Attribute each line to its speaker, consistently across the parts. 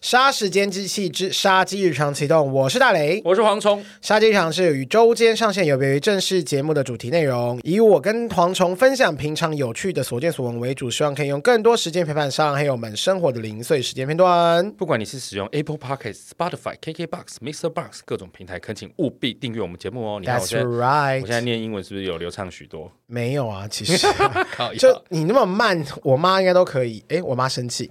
Speaker 1: 杀时间机器之杀机日常启动，我是大雷。
Speaker 2: 我是蝗虫，
Speaker 1: 杀机日常是与周间上线有别于正式节目的主题内容，以我跟蝗虫分享平常有趣的所见所闻为主，希望可以用更多时间陪伴上还有我们生活的零碎时间片段。
Speaker 2: 不管你是使用 Apple Podcast、Spotify、KKBox、Mr. Box 各种平台，恳请务必订阅我们节目哦。你看我
Speaker 1: That's
Speaker 2: 现在，我现在
Speaker 1: right，
Speaker 2: 哎念英文是不是有流畅许多？
Speaker 1: 没有啊，其 实
Speaker 2: 靠
Speaker 1: 就你那么慢，我妈应该都可以。诶，我妈生气。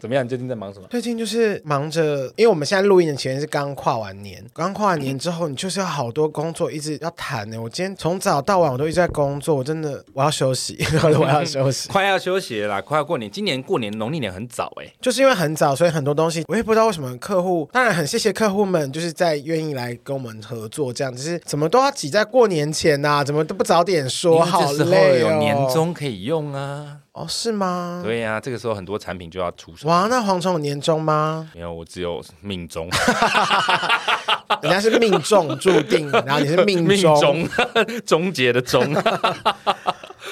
Speaker 2: 怎么样？你最近在忙什么？
Speaker 1: 最近就是忙着，因为我们现在录音的前是刚跨完年，刚跨完年之后，你就是要好多工作一直要谈呢。我今天从早到晚我都一直在工作，我真的我要休息， 我要休息。
Speaker 2: 快要休息了啦，快要过年。今年过年农历年很早哎、
Speaker 1: 就是因为很早，所以很多东西我也不知道为什么客户，当然很谢谢客户们，就是在愿意来跟我们合作这样，只是怎么都要挤在过年前呐、怎么都不早点说，
Speaker 2: 因为
Speaker 1: 好
Speaker 2: 这时候
Speaker 1: 累哦。
Speaker 2: 有年终可以用啊。
Speaker 1: 哦，是吗？
Speaker 2: 对呀、这个时候很多产品就要出手。
Speaker 1: 哇，那蝗虫有年终吗？
Speaker 2: 没有，我只有命中，
Speaker 1: 人家是命中注 定，然后你是 命
Speaker 2: 命
Speaker 1: 中，
Speaker 2: 中， 终结的 终。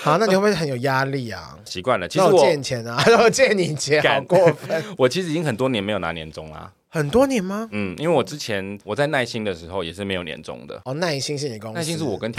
Speaker 1: 好，那你会不会很有压力啊？
Speaker 2: 习惯了，其实
Speaker 1: 那我
Speaker 2: 我
Speaker 1: 借你钱啊， 那我借你钱，好
Speaker 2: 干
Speaker 1: 过 分，
Speaker 2: 我其实已经很多年没有拿年终啦。
Speaker 1: 很多年吗？
Speaker 2: 嗯，因为我之前我在耐心的时候也是没有年终的，
Speaker 1: 哦，耐心是你公司，
Speaker 2: 耐心是我跟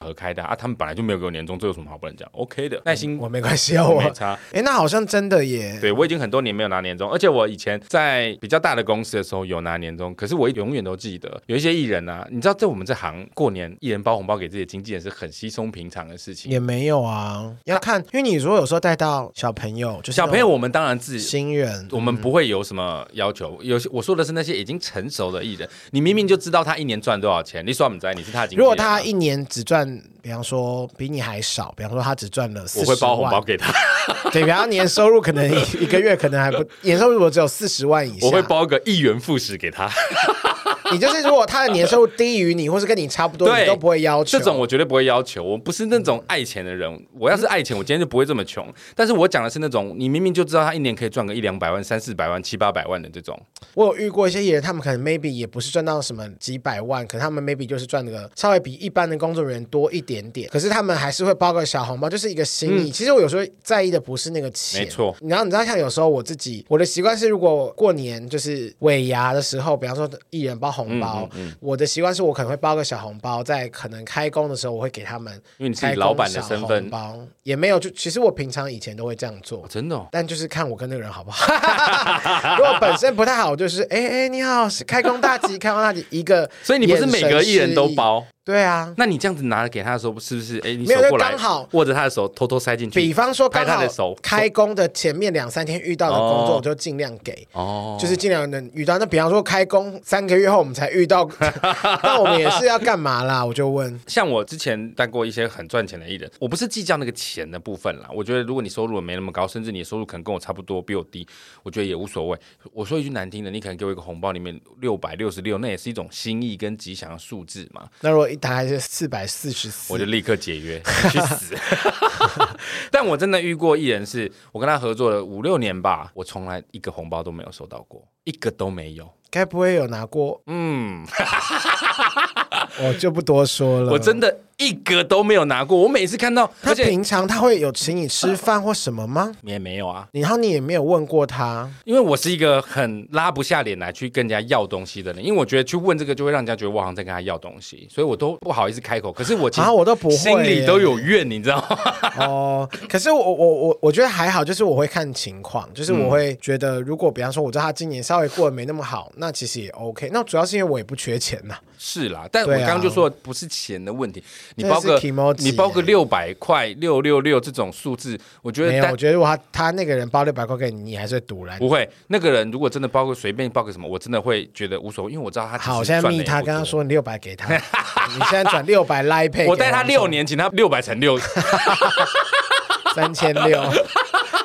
Speaker 2: 合开的啊，啊他们本来就没有给我年终，这有什么好不能讲？OK 的，耐心
Speaker 1: 我没关系啊，
Speaker 2: 我
Speaker 1: 我
Speaker 2: 没差。
Speaker 1: 哎，那好像真的耶，
Speaker 2: 对，我已经很多年没有拿年终，而且我以前在比较大的公司的时候有拿年终，可是我永远都记得有一些艺人啊，你知道，在我们这行过年，艺人包红包给自己的经纪人是很稀松平常的事情。
Speaker 1: 也没有啊，要看，因为你如果有时候带到小朋友，就是
Speaker 2: 小朋友，
Speaker 1: 那
Speaker 2: 我们当然自
Speaker 1: 种新人，
Speaker 2: 我们不会有什么要求，有些我说的是那些已经成熟的艺人，你明明就知道他一年赚多少钱，你说我们在，你是他的经纪人啊
Speaker 1: 如果他一年只赚，比方说比你还少，比方说他只赚了四
Speaker 2: 我
Speaker 1: 十
Speaker 2: 会
Speaker 1: 万，
Speaker 2: 包红包给他，
Speaker 1: 对，比方他年收入可能 一个月可能还不，年收入如果只有四十万以下，
Speaker 2: 我会包个一元副食给他。
Speaker 1: 你就是如果他的年收入低于你，或是跟你差不多，
Speaker 2: 对
Speaker 1: 你都不会要求
Speaker 2: 这种我绝对不会要求，我不是那种
Speaker 1: 嗯
Speaker 2: 爱钱的人。我要是爱钱，我今天就不会这么穷。但是我讲的是那种你明明就知道他一年可以赚个一两百万、三四百万、七八百万的这种，
Speaker 1: 我有遇过一些艺人，他们可能 maybe 也不是赚到什么几百万，可能他们 maybe 就是赚个稍微比一般的工作人员多一点点，可是他们还是会包个小红包，就是一个心意。其实我有时候在意的不是那个钱，
Speaker 2: 嗯没错。
Speaker 1: 然后你知道，像有时候我自己，我的习惯是，如果过年就是尾牙的时候，比方说艺人包红包，
Speaker 2: 嗯
Speaker 1: 我的习惯是我可能会包个小红包，在可能开工的时候，我会给他们
Speaker 2: 因为你是
Speaker 1: 开
Speaker 2: 以
Speaker 1: 工
Speaker 2: 老板的身
Speaker 1: 小红
Speaker 2: 份，
Speaker 1: 包也没有，就其实我平常以前都会这样做
Speaker 2: 哦、。真的、哦。
Speaker 1: 但就是看我跟那个人好不 好。如果本身不太好，我就是哎哎、你好，是开工大吉，开工大吉一个。
Speaker 2: 所以你不是每个艺人都？包，
Speaker 1: 对啊，
Speaker 2: 那你这样子拿给他的时候，是不是？哎，你
Speaker 1: 没
Speaker 2: 手
Speaker 1: 有就
Speaker 2: 过来，
Speaker 1: 刚好
Speaker 2: 握着他的手，偷偷塞进
Speaker 1: 比
Speaker 2: 去。
Speaker 1: 方说刚
Speaker 2: 拍他的
Speaker 1: 好
Speaker 2: 手
Speaker 1: 开工的前面两三天遇到的工作，
Speaker 2: 哦
Speaker 1: 我就尽量给。
Speaker 2: 哦，
Speaker 1: 就是尽量能遇到，那比方说开工三个月后我们才遇 到，那我们也是要干嘛啦？我就问，
Speaker 2: 像我之前带过一些很赚钱的艺人，我不是计较那个钱的部分啦。我觉得如果你收入没那么高，甚至你的收入可能跟我差不多，比我低，我觉得也无所谓。我说一句难听的，你可能给我一个红包，里面六百六十六，那也是一种心意跟吉祥的数字嘛，
Speaker 1: 那如果一打还是四百四十四，
Speaker 2: 我就立刻解约 去死。但我真的遇过艺人是，我跟他合作了五六年吧，我从来一个红包都没有收到过，一个都没有。
Speaker 1: 该不会有拿过？
Speaker 2: 嗯，
Speaker 1: 我就不多说了。
Speaker 2: 我真的一个都没有拿过。我每次看到，
Speaker 1: 他
Speaker 2: 而且
Speaker 1: 平常他会有请你吃饭或什么吗？
Speaker 2: 也没有啊。
Speaker 1: 然后你也没有问过 他，
Speaker 2: 因为我是一个很拉不下脸来去跟人家要东西的人，因为我觉得去问这个就会让人家觉得我好像在跟他要东西，所以我都不好意思开口。可是我其实
Speaker 1: 啊，我都不会耶，
Speaker 2: 心里都有怨，你知道吗？
Speaker 1: 哦。可是我我我我觉得还好，就是我会看情况，就是我会觉得，如果比方说我知道他今年稍微过得没那么好，那其实也 OK。那主要是因为我也不缺钱呐、
Speaker 2: 是啦，但我
Speaker 1: 对啊
Speaker 2: 刚刚就说不是钱的问题，你
Speaker 1: 这是
Speaker 2: 包个
Speaker 1: kimoji
Speaker 2: 你包个六百块、六六六这种数字，我觉
Speaker 1: 没
Speaker 2: 得
Speaker 1: 有，我
Speaker 2: 单
Speaker 1: 觉得如果他他那个人包六百块给你，你还是会堵拦。
Speaker 2: 不会。那个人如果真的包个随便包个什么，我真的会觉得无所谓，因为我知道他其实
Speaker 1: 好，我现在
Speaker 2: 赚得
Speaker 1: 密
Speaker 2: 也
Speaker 1: 他，
Speaker 2: 不
Speaker 1: 跟他
Speaker 2: 多。
Speaker 1: 说你六百给他， 你现在转六百来配，
Speaker 2: 我带他六年，请他六百乘六，
Speaker 1: 三千六，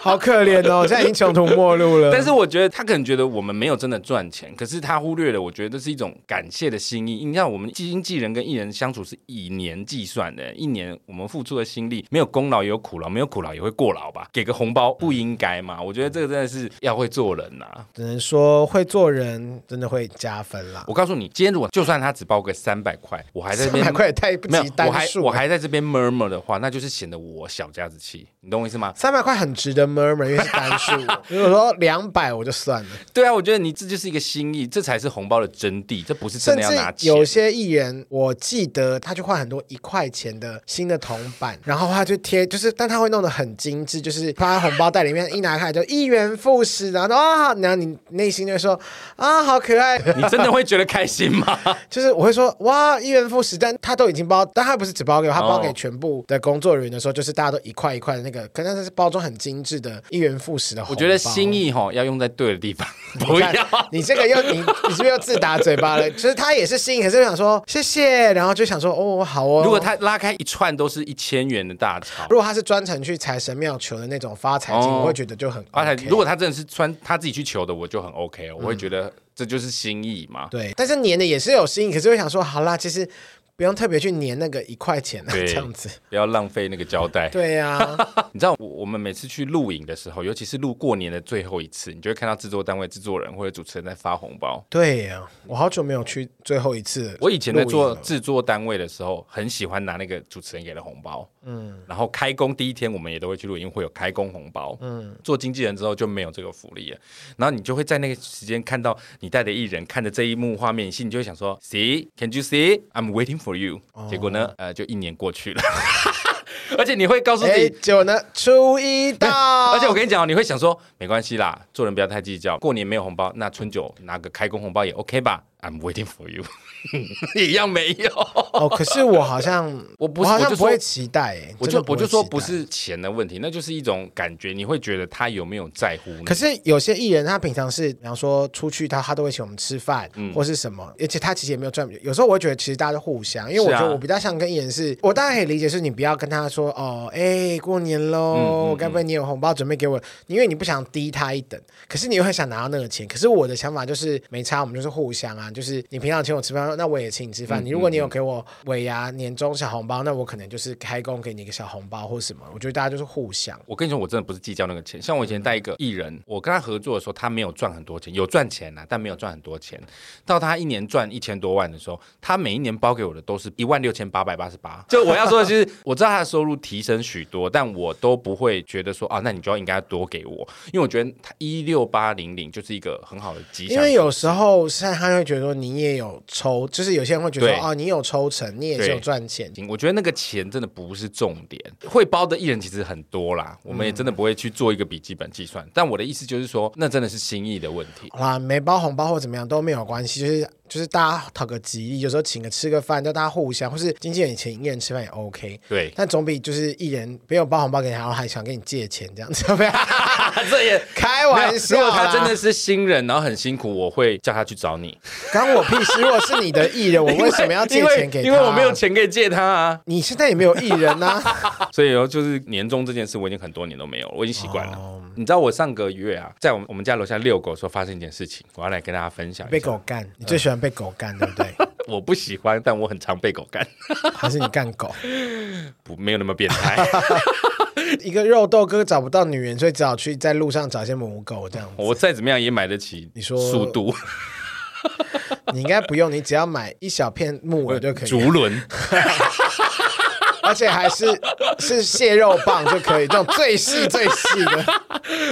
Speaker 1: 好可怜哦，现在已经穷途末路了。
Speaker 2: 但是我觉得他可能觉得我们没有真的赚钱，可是他忽略了，我觉得这是一种感谢的心意。你看，我们经纪人跟艺人相处是以年计算的，一年我们付出的心力，没有功劳也有苦劳，没有苦劳也会过劳吧？给个红包不应该吗？我觉得这个真的是要会做人呐、
Speaker 1: 只能说会做人真的会加分啦。
Speaker 2: 我告诉你，今天如果就算他只包个三百块，我还在这
Speaker 1: 三
Speaker 2: 边
Speaker 1: 百块也太不
Speaker 2: 没有
Speaker 1: 及，单
Speaker 2: 我还
Speaker 1: 数了，
Speaker 2: 我还在这边 murmur 的话，那就是显得我小家子气，你懂我意思吗？
Speaker 1: 三百块很值得 murmur，因为是单 数。如果说两百，我就算了。
Speaker 2: 对啊，我觉得你这就是一个心意，这才是红包的真谛，这不是
Speaker 1: 甚
Speaker 2: 真的要拿
Speaker 1: 至
Speaker 2: 钱。
Speaker 1: 有些艺人，我记得他去换很多一块钱的新的铜板，然后他就贴，就是但他会弄得很精致，就是放在红包袋里面，一拿开就一元复始，然后说啊，然后你内心就会说啊，好可爱。
Speaker 2: 你真的会觉得开心吗？
Speaker 1: 就是我会说哇，一元复始，但他都已经包，但他不是只包给我，他包给全部的工作人员的时候，就是大家都一块一块的那个，可能是包装很精致的一元复始的红包。
Speaker 2: 我觉得心意哈要用在对的 地方，不
Speaker 1: 看
Speaker 2: 要。
Speaker 1: 你这个又你你是不是又自打嘴巴了？就是他也是心意，可是想说谢谢，然后就想说哦好哦。
Speaker 2: 如果他拉开一串都是一千元的大钞，
Speaker 1: 如果他是专程去财神庙求的那种发财金，
Speaker 2: 哦
Speaker 1: 我会觉得就很
Speaker 2: 而且
Speaker 1: OK 嗯
Speaker 2: 如果他真的是穿他自己去求的，我就很 OK，哦我会觉得这就是心意嘛。
Speaker 1: 对，但是粘的也是有心意，可是会想说好啦，其实不用特别去粘那个一块钱啊，
Speaker 2: 对
Speaker 1: 这样子。
Speaker 2: 不要浪费那个胶带。
Speaker 1: 对呀、
Speaker 2: 你知道我我们每次去录影的时候，尤其是录过年的最后一次，你就会看到制作单位、制作人或者主持人在发红包。
Speaker 1: 对呀、我好久没有去最后一次。
Speaker 2: 我以前在做，制作单位的时候，很喜欢拿那个主持人给的红包，嗯，然后开工第一天我们也都会去录音，会有开工红包，嗯，做经纪人之后就没有这个福利了，然后你就会在那个时间看到你带的艺人看着这一幕画面，你心里就会想说，See，can you see？I'm waiting for you、结果呢，呃，就一年过去了， 而且你会告诉自己
Speaker 1: 哎，，结果呢，初一到，
Speaker 2: 而且我跟你讲哦，你会想说没关系啦，做人不要太计较。过年没有红包，那春酒拿个开工红包也 OK 吧？I'm waiting for you，一样没有。
Speaker 1: 哦，可是我好像
Speaker 2: 我不是
Speaker 1: 好
Speaker 2: 我
Speaker 1: 像
Speaker 2: 就
Speaker 1: 不会
Speaker 2: 说
Speaker 1: 期待、哎
Speaker 2: 我
Speaker 1: 真的
Speaker 2: 就
Speaker 1: 不
Speaker 2: 我
Speaker 1: 会
Speaker 2: 就说
Speaker 1: 期
Speaker 2: 不
Speaker 1: 待
Speaker 2: 是钱的问题，那就是一种感觉，你会觉得他有没有在乎你？
Speaker 1: 可是有些艺人，他平常是，比方说出去他，他都会请我们吃饭，
Speaker 2: 嗯
Speaker 1: 或是什么，而且他其实也没有赚。有时候我会觉得，其实大家都互相，因为我
Speaker 2: 是啊
Speaker 1: 觉得我比较像跟艺人是，我大概可以理解，是你不要跟他说哦，哎，过年
Speaker 2: 嗯
Speaker 1: 喽，该不会你有红包准备给我？因为你不想低他一等，可是你又很想拿到那个钱。可是我的想法就是，没差，我们就是互相啊，就是你平常请我吃饭，那我也请你吃
Speaker 2: 嗯
Speaker 1: 饭。你如果你有给我尾牙、年终小红包，那我可能就是开工给你一个小红包或什么。我觉得大家就是互相。
Speaker 2: 我跟你说，我真的不是计较那个钱。像我以
Speaker 1: 嗯
Speaker 2: 前带一个艺人，我跟他合作的时候，他没有赚很多钱，有赚钱啊，但没有赚很多钱。到他一年赚一千多万的时候，他每一年包给我的都是一万六千八百八十八。就我要说的就是， 我知道他的收入提升许多，但我都不会觉得说啊，那你就要应该多给我，因为我觉得他一六八零零就是一个很好的吉祥
Speaker 1: 因。为有时候是他会觉得说你也有抽，就是有些人会觉得
Speaker 2: 对
Speaker 1: 说哦，你有抽成，你也是
Speaker 2: 对
Speaker 1: 有赚钱。
Speaker 2: 我觉得那个钱真的不是重点，会包的艺人其实很多啦，我们也
Speaker 1: 嗯
Speaker 2: 真的不会去做一个笔记本计算。但我的意思就是说，那真的是心意的问题。
Speaker 1: 好啦，没包红包或怎么样都没有关系，就是就是大家讨个吉利，有时候请个吃个饭，叫大家互相，或是经纪人请一人吃饭也 OK。
Speaker 2: 对，
Speaker 1: 但总比就是一人没有包红包给你，然后还想跟你借钱这样子，不要
Speaker 2: 这也
Speaker 1: 开玩笑
Speaker 2: 没
Speaker 1: 啦。
Speaker 2: 有如果他真的是新人，然后很辛苦，我会叫他去找你。
Speaker 1: 关我屁事。如果是你的艺人，我为什么要借
Speaker 2: 因为
Speaker 1: 钱给他？
Speaker 2: 因为我没有，钱可以借他啊。
Speaker 1: 你现在也没有艺人啊呐、
Speaker 2: 所以哦就是年终这件事，我已经很多年都没有了，我已经习惯了。
Speaker 1: 哦
Speaker 2: 你知道我上个月啊，在我们我们家楼下遛狗的时候发生一件事情，我要来跟大家分享一 下。
Speaker 1: 被狗干，你最喜欢被狗干，对不对？
Speaker 2: 我不喜欢，但我很常被狗干，
Speaker 1: 还是你干狗？
Speaker 2: 不没有那么变 态。
Speaker 1: 一个肉豆哥找不到女人，所以只好去在路上找一些母狗这样子。
Speaker 2: 哦我再怎么样也买得起。
Speaker 1: 你说
Speaker 2: 速度
Speaker 1: 你应该不用，你只要买一小片木耳就可以，啊
Speaker 2: 竹轮，
Speaker 1: 而且还是 是蟹肉棒就可以，这种最细最细的。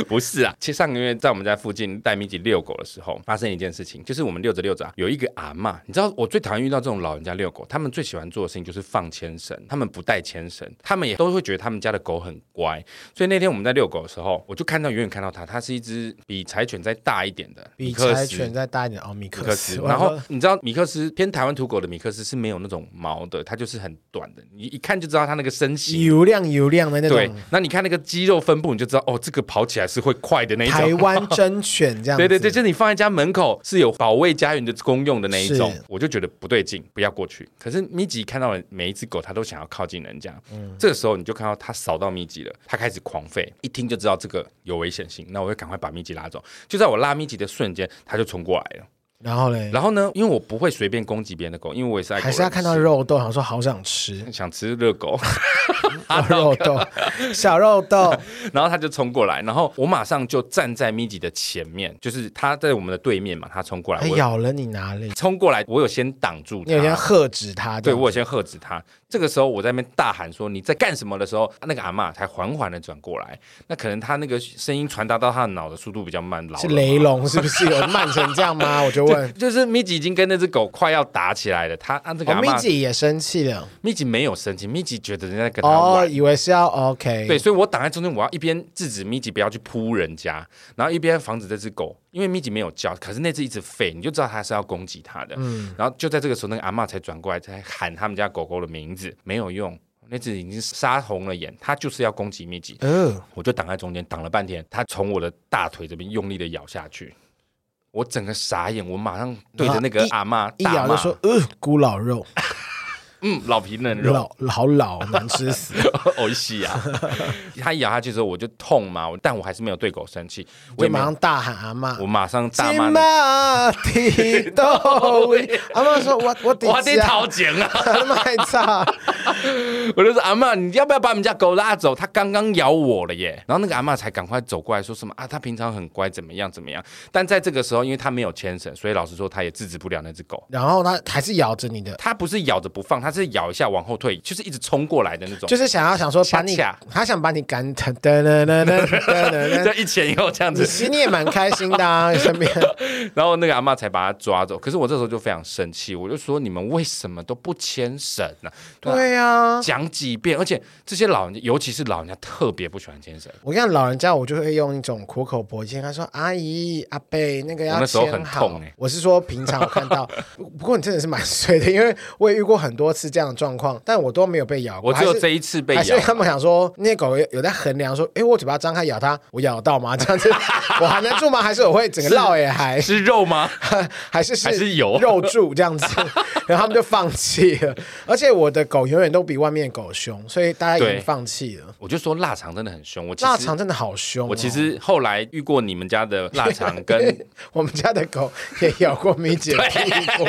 Speaker 2: 不是啊，其实上个月在我们家附近带米吉遛狗的时候，发生一件事情，就是我们遛着遛着、啊，有一个阿嬷，你知道我最讨厌遇到这种老人家遛狗，他们最喜欢做的事情就是放牵绳，他们不带牵绳，他们也都会觉得他们家的狗很乖。所以那天我们在遛狗的时候，我就看到远远看到它，它是一只比柴犬再大一点的
Speaker 1: 比
Speaker 2: 米克
Speaker 1: 柴
Speaker 2: 斯
Speaker 1: 犬再大一点哦，米
Speaker 2: 米克
Speaker 1: 克斯
Speaker 2: 斯，。
Speaker 1: 我
Speaker 2: 然后
Speaker 1: 说
Speaker 2: 你知道米克斯偏台湾土狗的米克斯是没有那种毛的，它就是很短的，你一看就知道它那个身形。
Speaker 1: 油亮油亮的那
Speaker 2: 对
Speaker 1: 种，
Speaker 2: 那你看那个肌肉分布，你就知道哦，这个跑起来是会快的那一种。
Speaker 1: 台湾真犬这样子。
Speaker 2: 对对对，就是你放在家门口是有保卫家园的功用的那一种
Speaker 1: 是，
Speaker 2: 我就觉得不对劲，不要过去。可是米吉看到了每一只狗，它都想要靠近人家，
Speaker 1: 嗯
Speaker 2: 这个时候你就看到它扫到米吉了，它开始狂吠，一听就知道这个有危险性，那我就赶快把米吉拉走。就在我拉米吉的瞬间，它就冲过来了。
Speaker 1: 然后嘞，
Speaker 2: 然后呢，因为我不会随便攻击别人的狗，因为我也是爱狗
Speaker 1: 还
Speaker 2: 人士，
Speaker 1: 是他看到肉豆，想说好想 吃
Speaker 2: 想吃热狗。
Speaker 1: 肉豆， 小肉 豆。
Speaker 2: 然后他就冲过来，然后我马上就站在米吉的前面，就是他在我们的对面嘛，他冲过来，
Speaker 1: 它
Speaker 2: 我
Speaker 1: 咬了你哪里？
Speaker 2: 冲过来，我有先挡住他，
Speaker 1: 你有先喝止它，
Speaker 2: 对我有先喝止他，这个时候我在那边大喊说你在干什么的时候，那个阿嬷才缓缓的转过来。那可能她那个声音传达到她的脑的速度比较慢，老了
Speaker 1: 是
Speaker 2: 嘛
Speaker 1: 雷龙是不是有慢成这样吗？我就问。
Speaker 2: 就是米吉已经跟那只狗快要打起来了，他啊这个
Speaker 1: 哦，
Speaker 2: 阿
Speaker 1: 米
Speaker 2: 妈、
Speaker 1: 姐也生气了，
Speaker 2: 米吉没有生气，米吉觉得人家在跟他玩。
Speaker 1: 哦，以为是要 OK，
Speaker 2: 对，，所以我挡在中间，我要一边制止米吉不要去扑人家，然后一边防止这只狗，因为米吉没有叫，可是那只一直吠，你就知道它是要攻击它的。
Speaker 1: 嗯
Speaker 2: 然后就在这个时候，那个阿嬷才转过来，才喊他们家狗狗的名字，没有用，那只已经杀红了眼，它就是要攻击米吉。
Speaker 1: 嗯，
Speaker 2: 我就挡在中间，挡了半天，它从我的大腿这边用力的咬下去，我整个傻眼，我马上对着那个阿嬷
Speaker 1: 一
Speaker 2: 大
Speaker 1: 咬就
Speaker 2: 骂
Speaker 1: 说，呃，孤老肉，
Speaker 2: 嗯，老皮嫩 肉，
Speaker 1: 老好老，难吃死。
Speaker 2: 呕西啊！ 它咬下去之后我就痛嘛，我但我还是没有对狗生气， 我
Speaker 1: 我
Speaker 2: 也没
Speaker 1: 马
Speaker 2: 有，
Speaker 1: 上大喊阿妈
Speaker 2: 我，马上大
Speaker 1: 金
Speaker 2: 骂
Speaker 1: 马提豆 位，阿妈说，我我
Speaker 2: 你，我得
Speaker 1: 家
Speaker 2: 掏，钱啊！
Speaker 1: 卖差，
Speaker 2: 我就说阿嬷，你要不要把我们家狗拉走？它刚刚咬我了耶！然后那个阿嬷才赶快走过来说什么啊，它平常很乖，怎么样怎么样？但在这个时候，因为它没有牵绳，所以老实说，它也制止不了那只狗。
Speaker 1: 然后他还是咬着你的，
Speaker 2: 它不是咬着不放，它是咬一下往后退，就是一直冲过来的那种。
Speaker 1: 就是想要想说把你
Speaker 2: 恰恰，
Speaker 1: 他想把你赶疼，噔噔噔噔 噔噔
Speaker 2: 就
Speaker 1: 噔。
Speaker 2: 一前一后这样
Speaker 1: 你
Speaker 2: 子，
Speaker 1: 其实你也蛮开心的啊，身 边
Speaker 2: 然后那个阿嬷才把他抓走。可是我这时候就非常生气，我就说你们为什么都不牵绳呢、
Speaker 1: 对啊，
Speaker 2: 讲几遍，而且这些老人家，尤其是老人家，特别不喜欢牵绳。
Speaker 1: 我跟你讲老人家，我就会用一种苦口婆心，他说：“阿姨、阿伯，那个
Speaker 2: 我
Speaker 1: 要
Speaker 2: 那时候
Speaker 1: 签
Speaker 2: 很
Speaker 1: 好。
Speaker 2: 痛欸
Speaker 1: 我是说平常我看 到，不过你真的是蛮衰的，因为我也遇过很多次这样的状况，但我都没有被咬过。
Speaker 2: 我只有
Speaker 1: 还是
Speaker 2: 这一次被
Speaker 1: 还是
Speaker 2: 咬，
Speaker 1: 他们想说，那些狗有有在衡量说，诶，我嘴巴张开咬它，我咬得到吗？这样子 我含得住吗？还是我会整个绕也 还
Speaker 2: 是肉 吗？
Speaker 1: 还是
Speaker 2: 还是有
Speaker 1: 肉柱这样 子，然后他们就放弃了。而且我的狗永远都比外面的狗凶，所以大家已
Speaker 2: 对
Speaker 1: 经放弃了。
Speaker 2: 我就说腊肠真的很凶。我其
Speaker 1: 腊
Speaker 2: 实
Speaker 1: 肠真的好凶、哦，
Speaker 2: 我其实后来遇过你们家的腊肠 跟
Speaker 1: 我们家的狗也咬过米姐的屁股，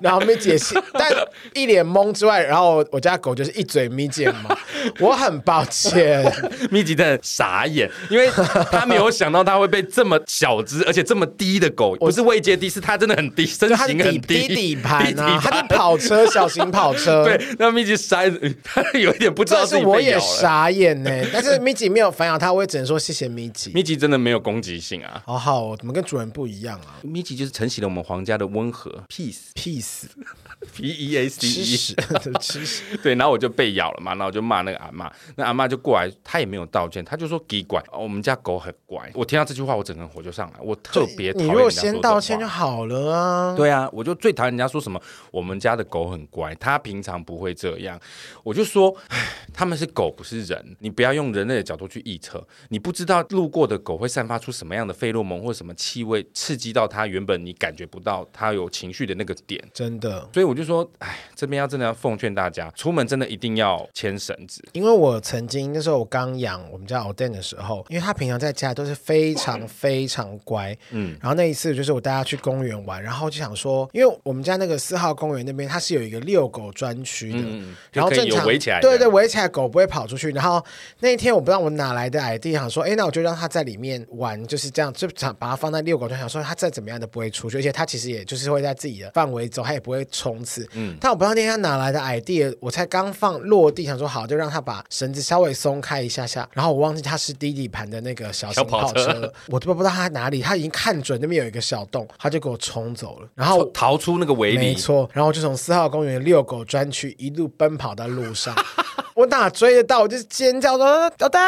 Speaker 1: 然后米姐 是但一脸懵之外，然后我家狗就是一嘴米姐嘛，我很抱 歉，
Speaker 2: 密集的傻眼，因为他没有想到他会被这么小只，而且这么低的狗，不是位阶低，是它真的很低，身
Speaker 1: 就它是
Speaker 2: 形很
Speaker 1: 底低底盘
Speaker 2: 低 底
Speaker 1: 啊，它
Speaker 2: 盘
Speaker 1: 是跑车，小型跑车。
Speaker 2: 对，那密集傻眼，他 有一点不知道
Speaker 1: 这
Speaker 2: 自
Speaker 1: 是
Speaker 2: 己
Speaker 1: 我
Speaker 2: 被
Speaker 1: 也
Speaker 2: 咬了。
Speaker 1: 傻眼 呢、但是米姐没有反咬它，我也只能说谢谢米姐。
Speaker 2: 密集真的没有攻击性啊，
Speaker 1: 好好、哦，怎么跟主人不一样啊
Speaker 2: 密集就是承袭了我们皇家的温和，peace
Speaker 1: ？peace，
Speaker 2: p e a c
Speaker 1: 吃
Speaker 2: e。
Speaker 1: 屎，吃屎。
Speaker 2: 对，然后我就被咬了嘛，然后我就骂那个阿嬷，那阿嬷就过来，她也没有道歉，她就说给拐、哦，我们家狗很乖。我听到这句话，我整个人火就上来，我特别讨
Speaker 1: 你
Speaker 2: 厌
Speaker 1: 如果
Speaker 2: 人家说
Speaker 1: 先
Speaker 2: 这
Speaker 1: 道
Speaker 2: 种
Speaker 1: 歉
Speaker 2: 话
Speaker 1: 就好了啊。
Speaker 2: 对啊，我就最讨厌人家说什么我们家的狗很乖，它平常不会这样。我就说，唉他们是狗不是人，你不要用人类的角度去臆测，你不知道路过的狗会散发出什么样的费洛蒙或什么气味，刺激到它原本你感觉不到它有情绪的那个点。
Speaker 1: 真的，
Speaker 2: 所以我就说，哎，这边要真的要奉劝大家，出门真的一定要牵绳子。
Speaker 1: 因为我曾经那时候我刚养我们家 Oden 的时候，因为他平常在家都是非常非常乖，嗯，然后那一次就是我带他去公园玩，然后就想说，因为我们家那个四号公园那边它是有一个遛狗专区的，
Speaker 2: 嗯，
Speaker 1: 然后
Speaker 2: 就可
Speaker 1: 正
Speaker 2: 以有
Speaker 1: 常
Speaker 2: 围起来的，
Speaker 1: 对对，围起来狗不会跑出去。然后那一天我不知道我哪来的 idea，想说，哎，那我就让它在里面玩，就是这样，就想把它放在遛狗，就想说它再怎么样都不会出去，而且它其实也就是会在自己的范围走，它也不会冲刺。嗯，但我不知道那天它哪来的 idea，我才刚放落地，想说好，就让它把绳子稍微松开一下下，然后我忘记它是低底盘的那个小
Speaker 2: 小
Speaker 1: 型
Speaker 2: 跑
Speaker 1: 跑
Speaker 2: 车
Speaker 1: 车了，我都不知道它在哪里，它已经看准那边有一个小洞，它就给我冲走了，然后
Speaker 2: 逃逃出那个围
Speaker 1: 没
Speaker 2: 篱。
Speaker 1: 错，然后我就从四号公园遛狗专区一路奔跑到路上。 我哪追得到？我就是尖叫说“捣蛋”，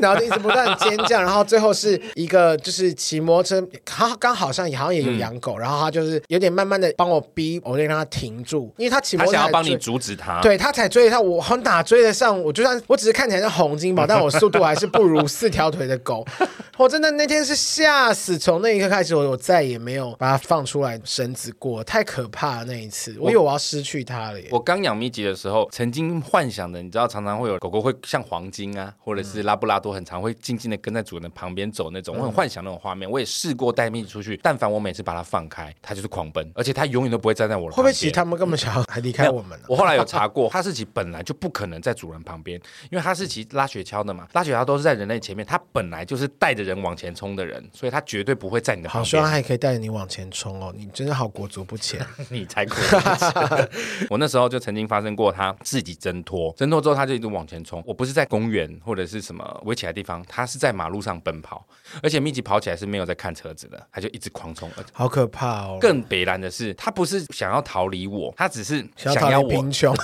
Speaker 1: 然后就一直不断尖叫，然后最后是一个就是骑摩托车，他刚好像也好像
Speaker 2: 嗯
Speaker 1: 也有养狗，然后他就是有点慢慢的帮我逼，我就让他停住，因为他骑
Speaker 2: 他
Speaker 1: 摩托车
Speaker 2: 想要
Speaker 1: 还
Speaker 2: 帮你
Speaker 1: 追
Speaker 2: 阻止他，
Speaker 1: 对他才追得上我，我哪追得上？我就算我只是看起来像洪 金宝，但我速度还是不如四条腿的狗。 我真的那天是吓死，从那一刻开始，我我再也没有把它放出来绳子过，太可怕了那一次，我以为我要失去它了耶。
Speaker 2: 我刚养咪吉的时候，曾经幻想的，你知道，常常会有狗狗会像黄金啊，或者是拉布拉多，很常会静静的跟在主人旁边走那种，我很幻想那种画面。我也试过带咪吉出去，但凡我每次把它放开，它就是狂奔，而且它永远都不会站在我的
Speaker 1: 会不
Speaker 2: 旁边。
Speaker 1: 会
Speaker 2: 啊
Speaker 1: 其实他们根本想要离开我们呢、
Speaker 2: 我后来有查过，哈士奇本来就不可能在主人旁旁边，因为他是骑拉雪橇的嘛，拉雪橇都是在人类前面，他本来就是带着人往前冲的人，所以他绝对不会在你的旁
Speaker 1: 好，希望
Speaker 2: 边。
Speaker 1: 还可以带着你往前冲哦！你真的好国足不前，
Speaker 2: 你才可 我那时候就曾经发生过，他自己挣脱，挣脱之后他就一直往前冲。我不是在公园或者是什么围起来的地方，他是在马路上奔跑，而且密集跑起来是没有在看车子的，他就一直狂冲，而且
Speaker 1: 好可怕哦！
Speaker 2: 更北蓝的是，他不是想要逃离我，他只是
Speaker 1: 想
Speaker 2: 想
Speaker 1: 要
Speaker 2: 要
Speaker 1: 逃离
Speaker 2: 我。
Speaker 1: 贫穷。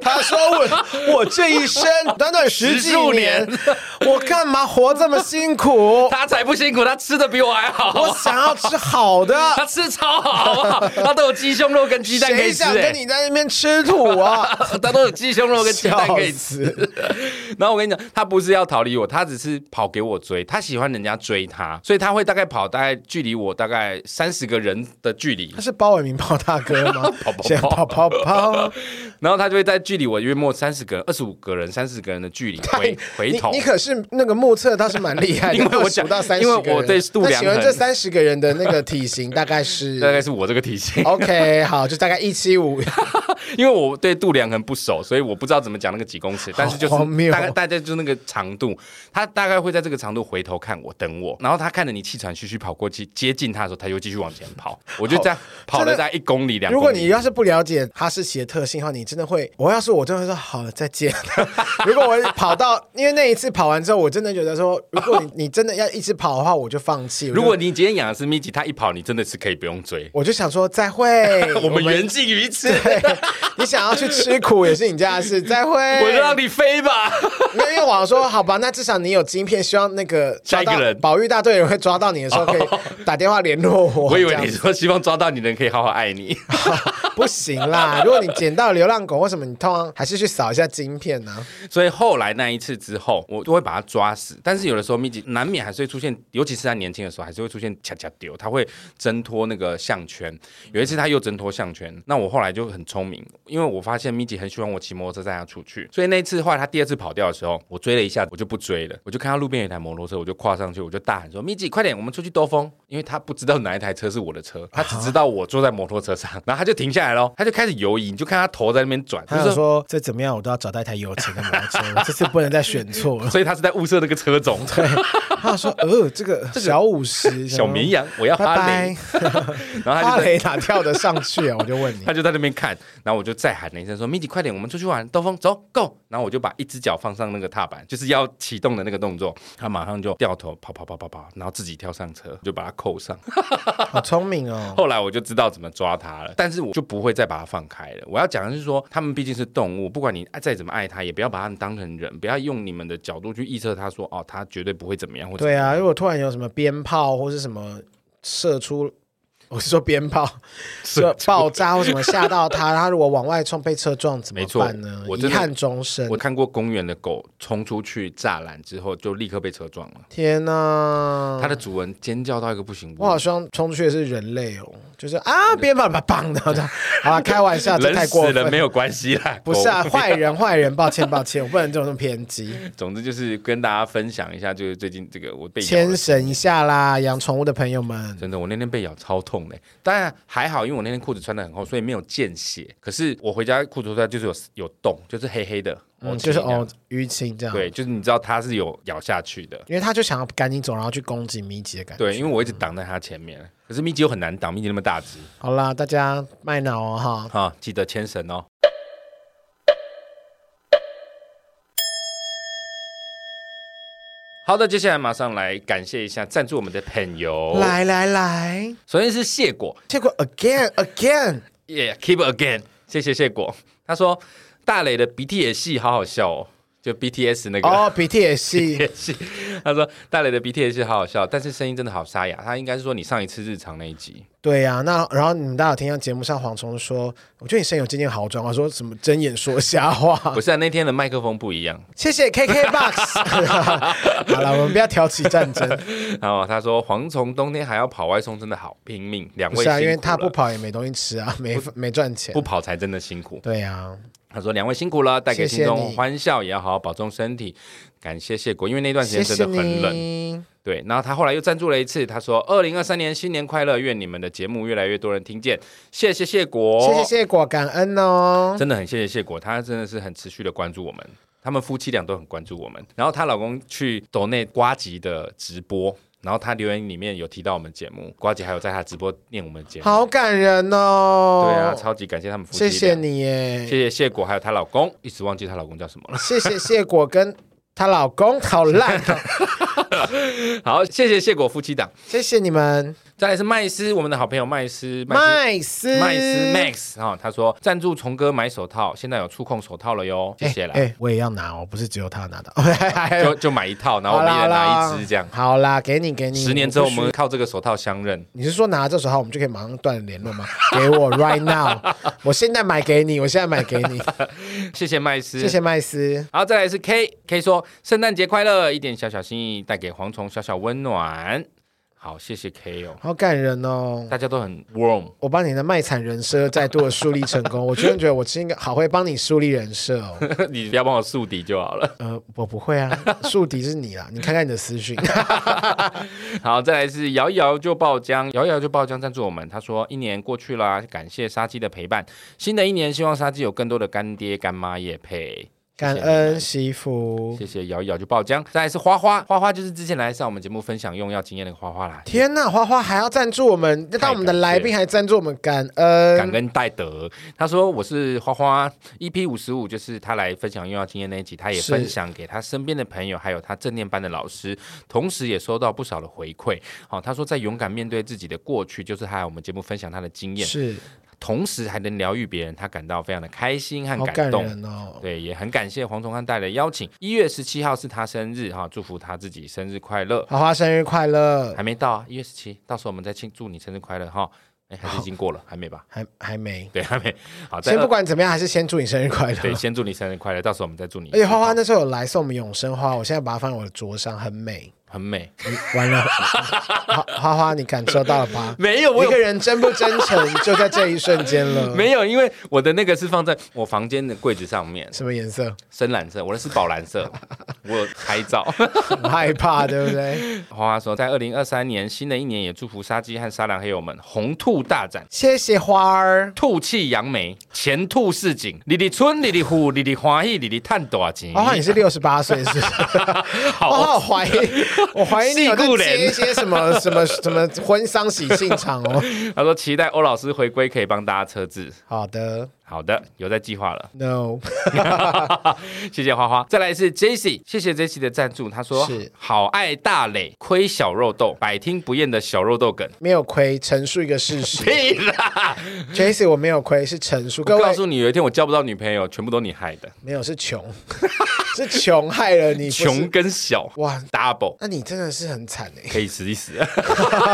Speaker 1: 他说我我这一生短短十几
Speaker 2: 十数
Speaker 1: 年
Speaker 2: 年，
Speaker 1: 我干嘛活这么辛苦？
Speaker 2: 他才不辛苦，他吃的比我还好。
Speaker 1: 我想要吃好的，
Speaker 2: 他吃超好，好不好？他都有鸡胸肉跟鸡蛋可
Speaker 1: 谁
Speaker 2: 以吃、
Speaker 1: 想跟
Speaker 2: 欸，
Speaker 1: 你在那边吃土啊？
Speaker 2: 他都有鸡胸肉跟鸡蛋可以吃。
Speaker 1: 吃。
Speaker 2: 然后我跟你讲，他不是要逃离我，他只是跑给我追，他喜欢人家追他，所以他会大概跑大概距离我大概三十个人的距离
Speaker 1: 他，是包伟明包大哥吗？
Speaker 2: 跑跑
Speaker 1: 先跑跑跑，
Speaker 2: 然后他就会在距离我约莫三十个、二十五个人、三十个人的 距离回回头
Speaker 1: 你。你可是那个目测倒是蛮厉害的，
Speaker 2: 因为我讲
Speaker 1: 数到三十
Speaker 2: 因
Speaker 1: 个
Speaker 2: 为
Speaker 1: 人，
Speaker 2: 我对度
Speaker 1: 那
Speaker 2: 量
Speaker 1: 请问
Speaker 2: 衡
Speaker 1: 这三十个人的那个体型大概
Speaker 2: 大概
Speaker 1: 是
Speaker 2: 是我这个体
Speaker 1: 哦
Speaker 2: 型，
Speaker 1: ？OK，好，就大概一七五，
Speaker 2: 因为我对度量很不熟，所以我不知道怎么讲那个几公尺，但是就是
Speaker 1: 好荒谬
Speaker 2: 大概大概就是那个长度，他大概会在这个长度回头看我，等我，然后他看着你气喘吁吁跑过去接近他的时候，他又继续往前跑，我就这样跑了大概一公里两
Speaker 1: 如
Speaker 2: 公
Speaker 1: 果你
Speaker 2: 里。
Speaker 1: 要是不了解哈士奇的特性的话，你真的会，我要是我真的会说好了再见。 如果我跑到，因为那一次跑完之后，我真的觉得说，如果你你真的要一直跑的话，我就放弃。我就
Speaker 2: 如果你今天养的是咪吉，他一跑你真的是可以不用 追，
Speaker 1: 我就想说再会，
Speaker 2: 我们缘尽于此，
Speaker 1: 对你想要去吃苦也是你家的事，再会。
Speaker 2: 我就让你飞吧。
Speaker 1: 没有，因为网友说好吧，那至少你有晶片，希望那个
Speaker 2: 下一个
Speaker 1: 抓到
Speaker 2: 人哦
Speaker 1: 保育大队人会抓到你的时候， 可以打电话联络我。
Speaker 2: 我以为
Speaker 1: 这
Speaker 2: 你
Speaker 1: 样
Speaker 2: 说希望抓到你的人可以好好爱你，
Speaker 1: 不行啦，如果你捡到流浪狗或什么，你通常还是去扫一下晶片啊呢、
Speaker 2: 所以后来那一次之后，我都会把它抓死。但是有的时候咪吉难免还是会出现，尤其是他年轻的时候，还是会出现恰恰丢，他会挣脱那个项圈。有一次他又挣脱项圈，那我后来就很聪明，因为我发现咪吉很喜欢我骑摩托车带他出去，所以那一次后来他第二次跑掉的时候，我追了一下，我就不追了，我就看到路边有一台摩托车，我就跨上去，我就大喊说：“咪吉，快点，我们出去兜风！”因为他不知道哪一台车是我的车，
Speaker 1: 啊
Speaker 2: 他只知道我坐在摩托车上，然后他就停下来咯，他就开始游移，你就看他头在那边转，就
Speaker 1: 他
Speaker 2: 是
Speaker 1: 想说这怎么样，我都要找到一台有钱的摩托 车，我这次不能再选错了。
Speaker 2: 所以他是在物色那个车种。
Speaker 1: 他 想说呃，这个小五十
Speaker 2: 小绵，羊，我要
Speaker 1: 拜
Speaker 2: 哈雷
Speaker 1: 拜，，
Speaker 2: 然后
Speaker 1: 哈
Speaker 2: 他就在
Speaker 1: 雷哪跳得上去啊？我就问你
Speaker 2: 他。就在那边看，然后我就再喊了一声说：“米迪，快点，我们出去玩，兜风，走，Go！” 然后我就把一只脚放上那个踏板，就是要启动的那个动作，他马上就掉头跑跑跑跑跑，然后自己跳上车，就把它扣上。
Speaker 1: 好聪明哦！
Speaker 2: 后来我就知道怎么抓它了，但是我就不会再把它放开了。我要讲的是说，它们毕竟是动物，不管你爱再怎么爱它，也不要把它们当成人，不要用你们的角度去预测它说哦，它绝对不会怎么样，或者
Speaker 1: 对啊，如果突然有什么鞭炮或是什么射出，我是说鞭 炮，
Speaker 2: 射
Speaker 1: 射爆炸或什么吓到他， 然后如果往外冲被车撞怎么
Speaker 2: 没错
Speaker 1: 办呢？
Speaker 2: 我
Speaker 1: 遗
Speaker 2: 真的
Speaker 1: 憾终身
Speaker 2: 我。看过公园的狗冲出去栅栏之后，就立刻被车撞了。
Speaker 1: 天哪、嗯
Speaker 2: 它的主人尖叫到一个不行，
Speaker 1: 我好希望冲出去的是人类哦，就是啊，鞭炮把棒的， 好了，开玩笑，这太
Speaker 2: 人
Speaker 1: 过
Speaker 2: 死了
Speaker 1: 分
Speaker 2: 没。有关系啦，
Speaker 1: 不是啊，
Speaker 2: 狗
Speaker 1: 坏人坏人，抱歉抱歉，我不能这种偏 激。
Speaker 2: 总之就是跟大家分享一下，就是最近这个我被咬了
Speaker 1: 牵绳一下啦，养宠物的朋友们。
Speaker 2: 真的，我那天被咬超痛的，当然还好，因为我那天裤子穿的很厚，所以没有见血。可是我回家裤子穿就是有有洞，就是黑黑的，
Speaker 1: 嗯，
Speaker 2: 哦
Speaker 1: 就是
Speaker 2: 这样
Speaker 1: 哦，淤青这样。
Speaker 2: 对，就是你知道它是有咬下去的，
Speaker 1: 因为他就想要赶紧走，然后去攻击米奇的感觉。
Speaker 2: 对，因为我一直挡在它前面。可是咪吉又很难挡，咪吉那么大只
Speaker 1: 好啦，大家卖脑哦哈。
Speaker 2: 哈，记得牵绳哦。好的，接下来马上来感谢一下赞助我们的朋友。
Speaker 1: 来来来，
Speaker 2: 首先是谢果，
Speaker 1: 结果 again again，
Speaker 2: Yeah，keep again，谢谢谢果。他说大磊的鼻涕也戏好好笑哦，就 BTS 那个。
Speaker 1: 哦，鼻涕也是。
Speaker 2: 也是， 他说大磊的鼻涕也是好好笑，但是声音真的好沙哑。他应该是说你上一次日常那一集，
Speaker 1: 对呀、那然后你们大家有听到节目上蝗虫说，我觉得你声音有渐渐好转，我说什么睁眼说瞎话
Speaker 2: 不。是、啊、那天的麦克风不一样。
Speaker 1: 谢谢 KK Box。好了，我们不要挑起战争，
Speaker 2: 然后他说蝗虫冬天还要跑外送，真的好拼命，两
Speaker 1: 不
Speaker 2: 位
Speaker 1: 是
Speaker 2: 辛
Speaker 1: 啊，
Speaker 2: 苦了。
Speaker 1: 因为他不跑也没东西吃啊，没没赚钱
Speaker 2: 不。跑才真的辛苦。
Speaker 1: 对呀、啊
Speaker 2: 他说：“两位辛苦了，带给
Speaker 1: 谢谢
Speaker 2: 听
Speaker 1: 你
Speaker 2: 众欢笑，也要好好保重身体。感谢谢国，因为那段时
Speaker 1: 谢
Speaker 2: 间真
Speaker 1: 谢
Speaker 2: 的很冷。
Speaker 1: 你。
Speaker 2: 对，然后他后来又赞助了一次，他说：“二零二三年新年快乐，愿你们的节目越来越多人听见。”谢谢谢国，
Speaker 1: 谢谢谢果，感恩哦。
Speaker 2: 哦真的很谢谢谢果，他真的是很持续的关注我们，他们夫妻俩都很关注我们。然后她老公去抖内瓜吉的直播，然后他留言里面有提到我们节目，瓜吉还有在他直播念我们节目，
Speaker 1: 好感人哦。
Speaker 2: 对啊，超级感谢他们夫
Speaker 1: 谢
Speaker 2: 妻俩，
Speaker 1: 谢你耶，
Speaker 2: 谢谢谢果还有她老公，一直忘记她老公叫什么了。
Speaker 1: 谢谢谢果跟她老公，好烂 哦，
Speaker 2: 好，谢谢谢果夫妻档，
Speaker 1: 谢谢你们，
Speaker 2: 再来是麦斯，我们的好朋友麦斯，麦斯。
Speaker 1: 麦斯
Speaker 2: 麦斯 Max 哈、他说赞助虫哥买手套，现在有触控手套了哟，谢谢啦，
Speaker 1: 哎、我也要拿哦，不是只有他 拿到，哎
Speaker 2: 就就买一套，然后
Speaker 1: 好
Speaker 2: 我们一
Speaker 1: 啦
Speaker 2: 人拿
Speaker 1: 啦
Speaker 2: 一只这样。
Speaker 1: 好啦，给你给你。
Speaker 2: 十年之后，我
Speaker 1: 不
Speaker 2: 们
Speaker 1: 许
Speaker 2: 靠这个手套相认。
Speaker 1: 你是说拿这手套我们就可以马上断联络吗？给我 right now，我现在买给你，我现在买给你，
Speaker 2: 谢谢麦斯，
Speaker 1: 谢。谢麦斯。
Speaker 2: 然后再来是 K K 说圣诞节快乐，一点小小心意带给蝗虫小小温暖。好，谢谢 K 哦，
Speaker 1: 好感人哦！
Speaker 2: 大家都很 warm。
Speaker 1: 我帮你的卖惨人设再度的树立成功，我真的觉得我是一个好会帮你树立人设哦。
Speaker 2: 你不要帮我宿敌就好了。
Speaker 1: 呃，我不会啊，树敌是你啦，你看看你的私 讯。
Speaker 2: 好，再来是摇一摇就爆浆，摇一摇就爆浆赞助我们。他说一年过去啦，感谢杀鸡的陪伴。新的一年，希望杀鸡有更多的干爹干妈也配。
Speaker 1: 感
Speaker 2: 谢谢你们
Speaker 1: 恩惜福。
Speaker 2: 谢谢摇一摇就爆浆。再来是花花，花花就是之前来上我们节目分享用药经验的花花啦，
Speaker 1: 天呐，花花还要赞助我们，当我们的来宾还赞助我们，感恩。
Speaker 2: 感恩戴德。他说我是花花 EP 五十五，就是他来分享用药经验那一集，他也
Speaker 1: 是
Speaker 2: 分享给他身边的朋友，还有他正念班的老师，同时也收到不少的回馈。好、他说在勇敢面对自己的过去，就是他来我们节目分享他的经验，
Speaker 1: 是，
Speaker 2: 同时还能疗愈别人，他感到非常的开心
Speaker 1: 好
Speaker 2: 和
Speaker 1: 感
Speaker 2: 感动。
Speaker 1: 人哦。
Speaker 2: 对，也很感谢黄崇汉带来的邀请。一月十七号是他生日哈，祝福他自己生日快乐。
Speaker 1: 花花生日快乐！
Speaker 2: 还没到啊，一月十七，到时候我们再庆祝你生日快乐哈。哎，还是已经过了，还没吧？
Speaker 1: 还还没，
Speaker 2: 对，还没。好，再
Speaker 1: 先不管怎么样，还是先祝你生日快乐。
Speaker 2: 对，先祝你生日快乐，到时候我们再祝你。
Speaker 1: 而且花花那时候有来送我们永生花，我现在把它放在我的桌上，很美。
Speaker 2: 很美，
Speaker 1: 你完了， 花花花，你感受到了吧？
Speaker 2: 没有
Speaker 1: 一个人真不真诚，就在这一瞬间了。
Speaker 2: 没有，因为我的那个是放在我房间的柜子上面，
Speaker 1: 什么颜色，
Speaker 2: 深蓝色，我的是宝蓝 色，我有拍照。
Speaker 1: 很害怕，对不对？
Speaker 2: 花花说，在二零二三年新的一年，也祝福杀鸡和沙狼黑友们红兔大展。
Speaker 1: 谢谢花儿。
Speaker 2: 吐气扬眉，前兔似锦，里里春，里里虎，里里欢喜，里里探大钱。
Speaker 1: 花花，哦你是六十八岁是不是？
Speaker 2: 好
Speaker 1: 我好怀疑， 我怀疑你有在
Speaker 2: 戏骨
Speaker 1: 接
Speaker 2: 人
Speaker 1: 一些什么什么什么婚丧喜庆场 哦。
Speaker 2: 他说期待欧老师回归可以帮大家测字。
Speaker 1: 好的
Speaker 2: 好的，有在计划了，
Speaker 1: ，No，
Speaker 2: 谢谢花花。再来是 J C，谢谢 J C 的赞助。他说
Speaker 1: 是
Speaker 2: 好爱大磊，亏小肉豆，百听不厌的小肉豆梗。
Speaker 1: 没有亏，陈述一个事实。
Speaker 2: 屁啦！
Speaker 1: Jacy，我没有亏，是陈述。各
Speaker 2: 我告
Speaker 1: 位
Speaker 2: 诉你，有一天我交不到女朋友，全部都你害的，
Speaker 1: 没有是穷， 是穷害了你。不是
Speaker 2: 穷跟小
Speaker 1: 哇，
Speaker 2: double
Speaker 1: 那你真的是很惨哎！
Speaker 2: 可以死一死。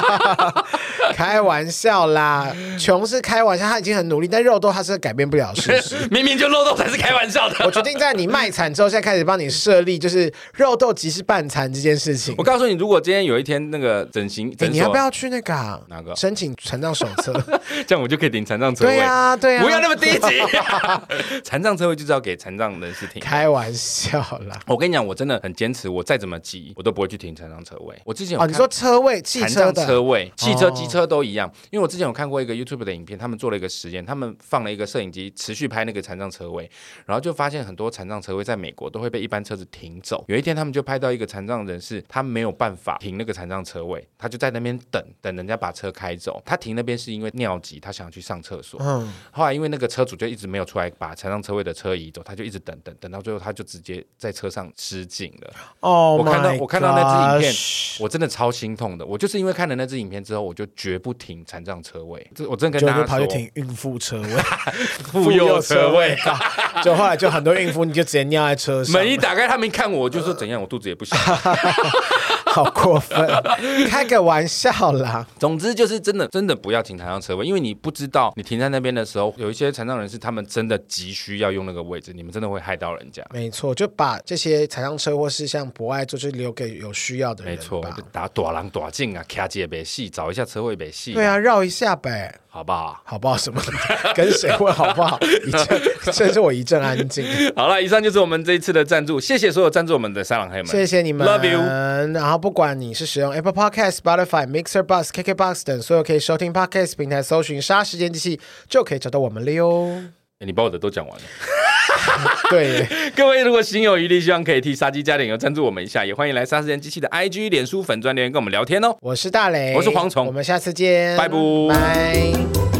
Speaker 1: 开玩笑啦，穷是开玩笑，他已经很努力，但肉豆他是改变不了事 实。
Speaker 2: 明明就肉豆才是开玩笑的。
Speaker 1: 我决定在你卖惨之后，现在开始帮你设立就是肉豆即是半残这件事情
Speaker 2: 我。告诉你，如果今天有一天那个整形
Speaker 1: 哎，
Speaker 2: 诊
Speaker 1: 你要
Speaker 2: 所
Speaker 1: 不，要去那个啊
Speaker 2: 哪个
Speaker 1: 申请传道手册？
Speaker 2: 这样我就可以领残障车
Speaker 1: 对
Speaker 2: 位。
Speaker 1: 呀，对啊呀，
Speaker 2: 不要那么低级，啊 残障车位就是要给残障人士停。
Speaker 1: 开玩笑啦。
Speaker 2: 我跟你讲，我真的很坚持，我再怎么急，我都不会去停残障车位。我之前有
Speaker 1: 哦，
Speaker 2: 看
Speaker 1: 你说车位汽
Speaker 2: 残
Speaker 1: 车
Speaker 2: 障
Speaker 1: 的
Speaker 2: 车位，汽车、
Speaker 1: 哦
Speaker 2: 机车都一样。因为我之前有看过一个 YouTube 的影片，他们做了一个实验，他们放了一个摄影机持续拍那个残障车位，然后就发现很多残障车位在美国都会被一般车子停走。有一天，他们就拍到一个残障人士，他没有办法停那个残障车位，他就在那边等等人家把车开走。他停那边是因为尿急，他想要去上厕所。
Speaker 1: 嗯，
Speaker 2: 后来因为那个车主就一直没有出来把残障车位的车移走，他就一直等等等到最后，他就直接在车上失禁了。
Speaker 1: 哦，
Speaker 2: 我看到我看到那支影
Speaker 1: 片，
Speaker 2: 片我真的超心痛的，我就是因为看了那支影片之后，我就绝不停残障车位，这我真的
Speaker 1: 就
Speaker 2: 跟
Speaker 1: 是
Speaker 2: 大
Speaker 1: 跑
Speaker 2: 家
Speaker 1: 去
Speaker 2: 说，
Speaker 1: 停孕妇车位、，
Speaker 2: 妇幼车位，
Speaker 1: 就后来就很多孕妇你就直接尿在车上，
Speaker 2: 门一打开，他们一看我就说怎样，我肚子也不小，
Speaker 1: 好过 分，开个玩笑啦。
Speaker 2: 总之就是真的真的不要停残障车位，因为你不知道你停在那边的时候，有一些残障人士他们真的急需要用那个位置，你们真的会害到人家。
Speaker 1: 没错，就把这些踩上车或是像博爱就是留给有需要的人
Speaker 2: 没
Speaker 1: 吧。
Speaker 2: 错，打短廊短进啊，卡姐别戏，找一下车位别戏，
Speaker 1: 对，啊，绕一下呗，
Speaker 2: 好不好？
Speaker 1: 好不好？什么？跟谁问好不好？一 阵，甚至我一阵安 静。
Speaker 2: 好了，以上就是我们这一次的赞助，谢谢所有赞助我们的三郎黑们，
Speaker 1: 谢谢你们
Speaker 2: Love you
Speaker 1: 然后不管你是使用 Apple Podcast、Spotify、Mixer、Bus、KKBox 等所有可以收听 Podcast 平台，搜寻“杀时间机器”就可以找到我们了 哟。
Speaker 2: 欸你把我的都讲完了。
Speaker 1: 对耶，
Speaker 2: 各位如果心有余力，希望可以替杀鸡加点油赞助我们一下，也欢迎来杀时间机器的 IG、脸书粉专留言跟我们聊天哦。
Speaker 1: 我是大雷，
Speaker 2: 我是蝗虫
Speaker 1: 我们下次见，
Speaker 2: 拜拜
Speaker 1: 拜。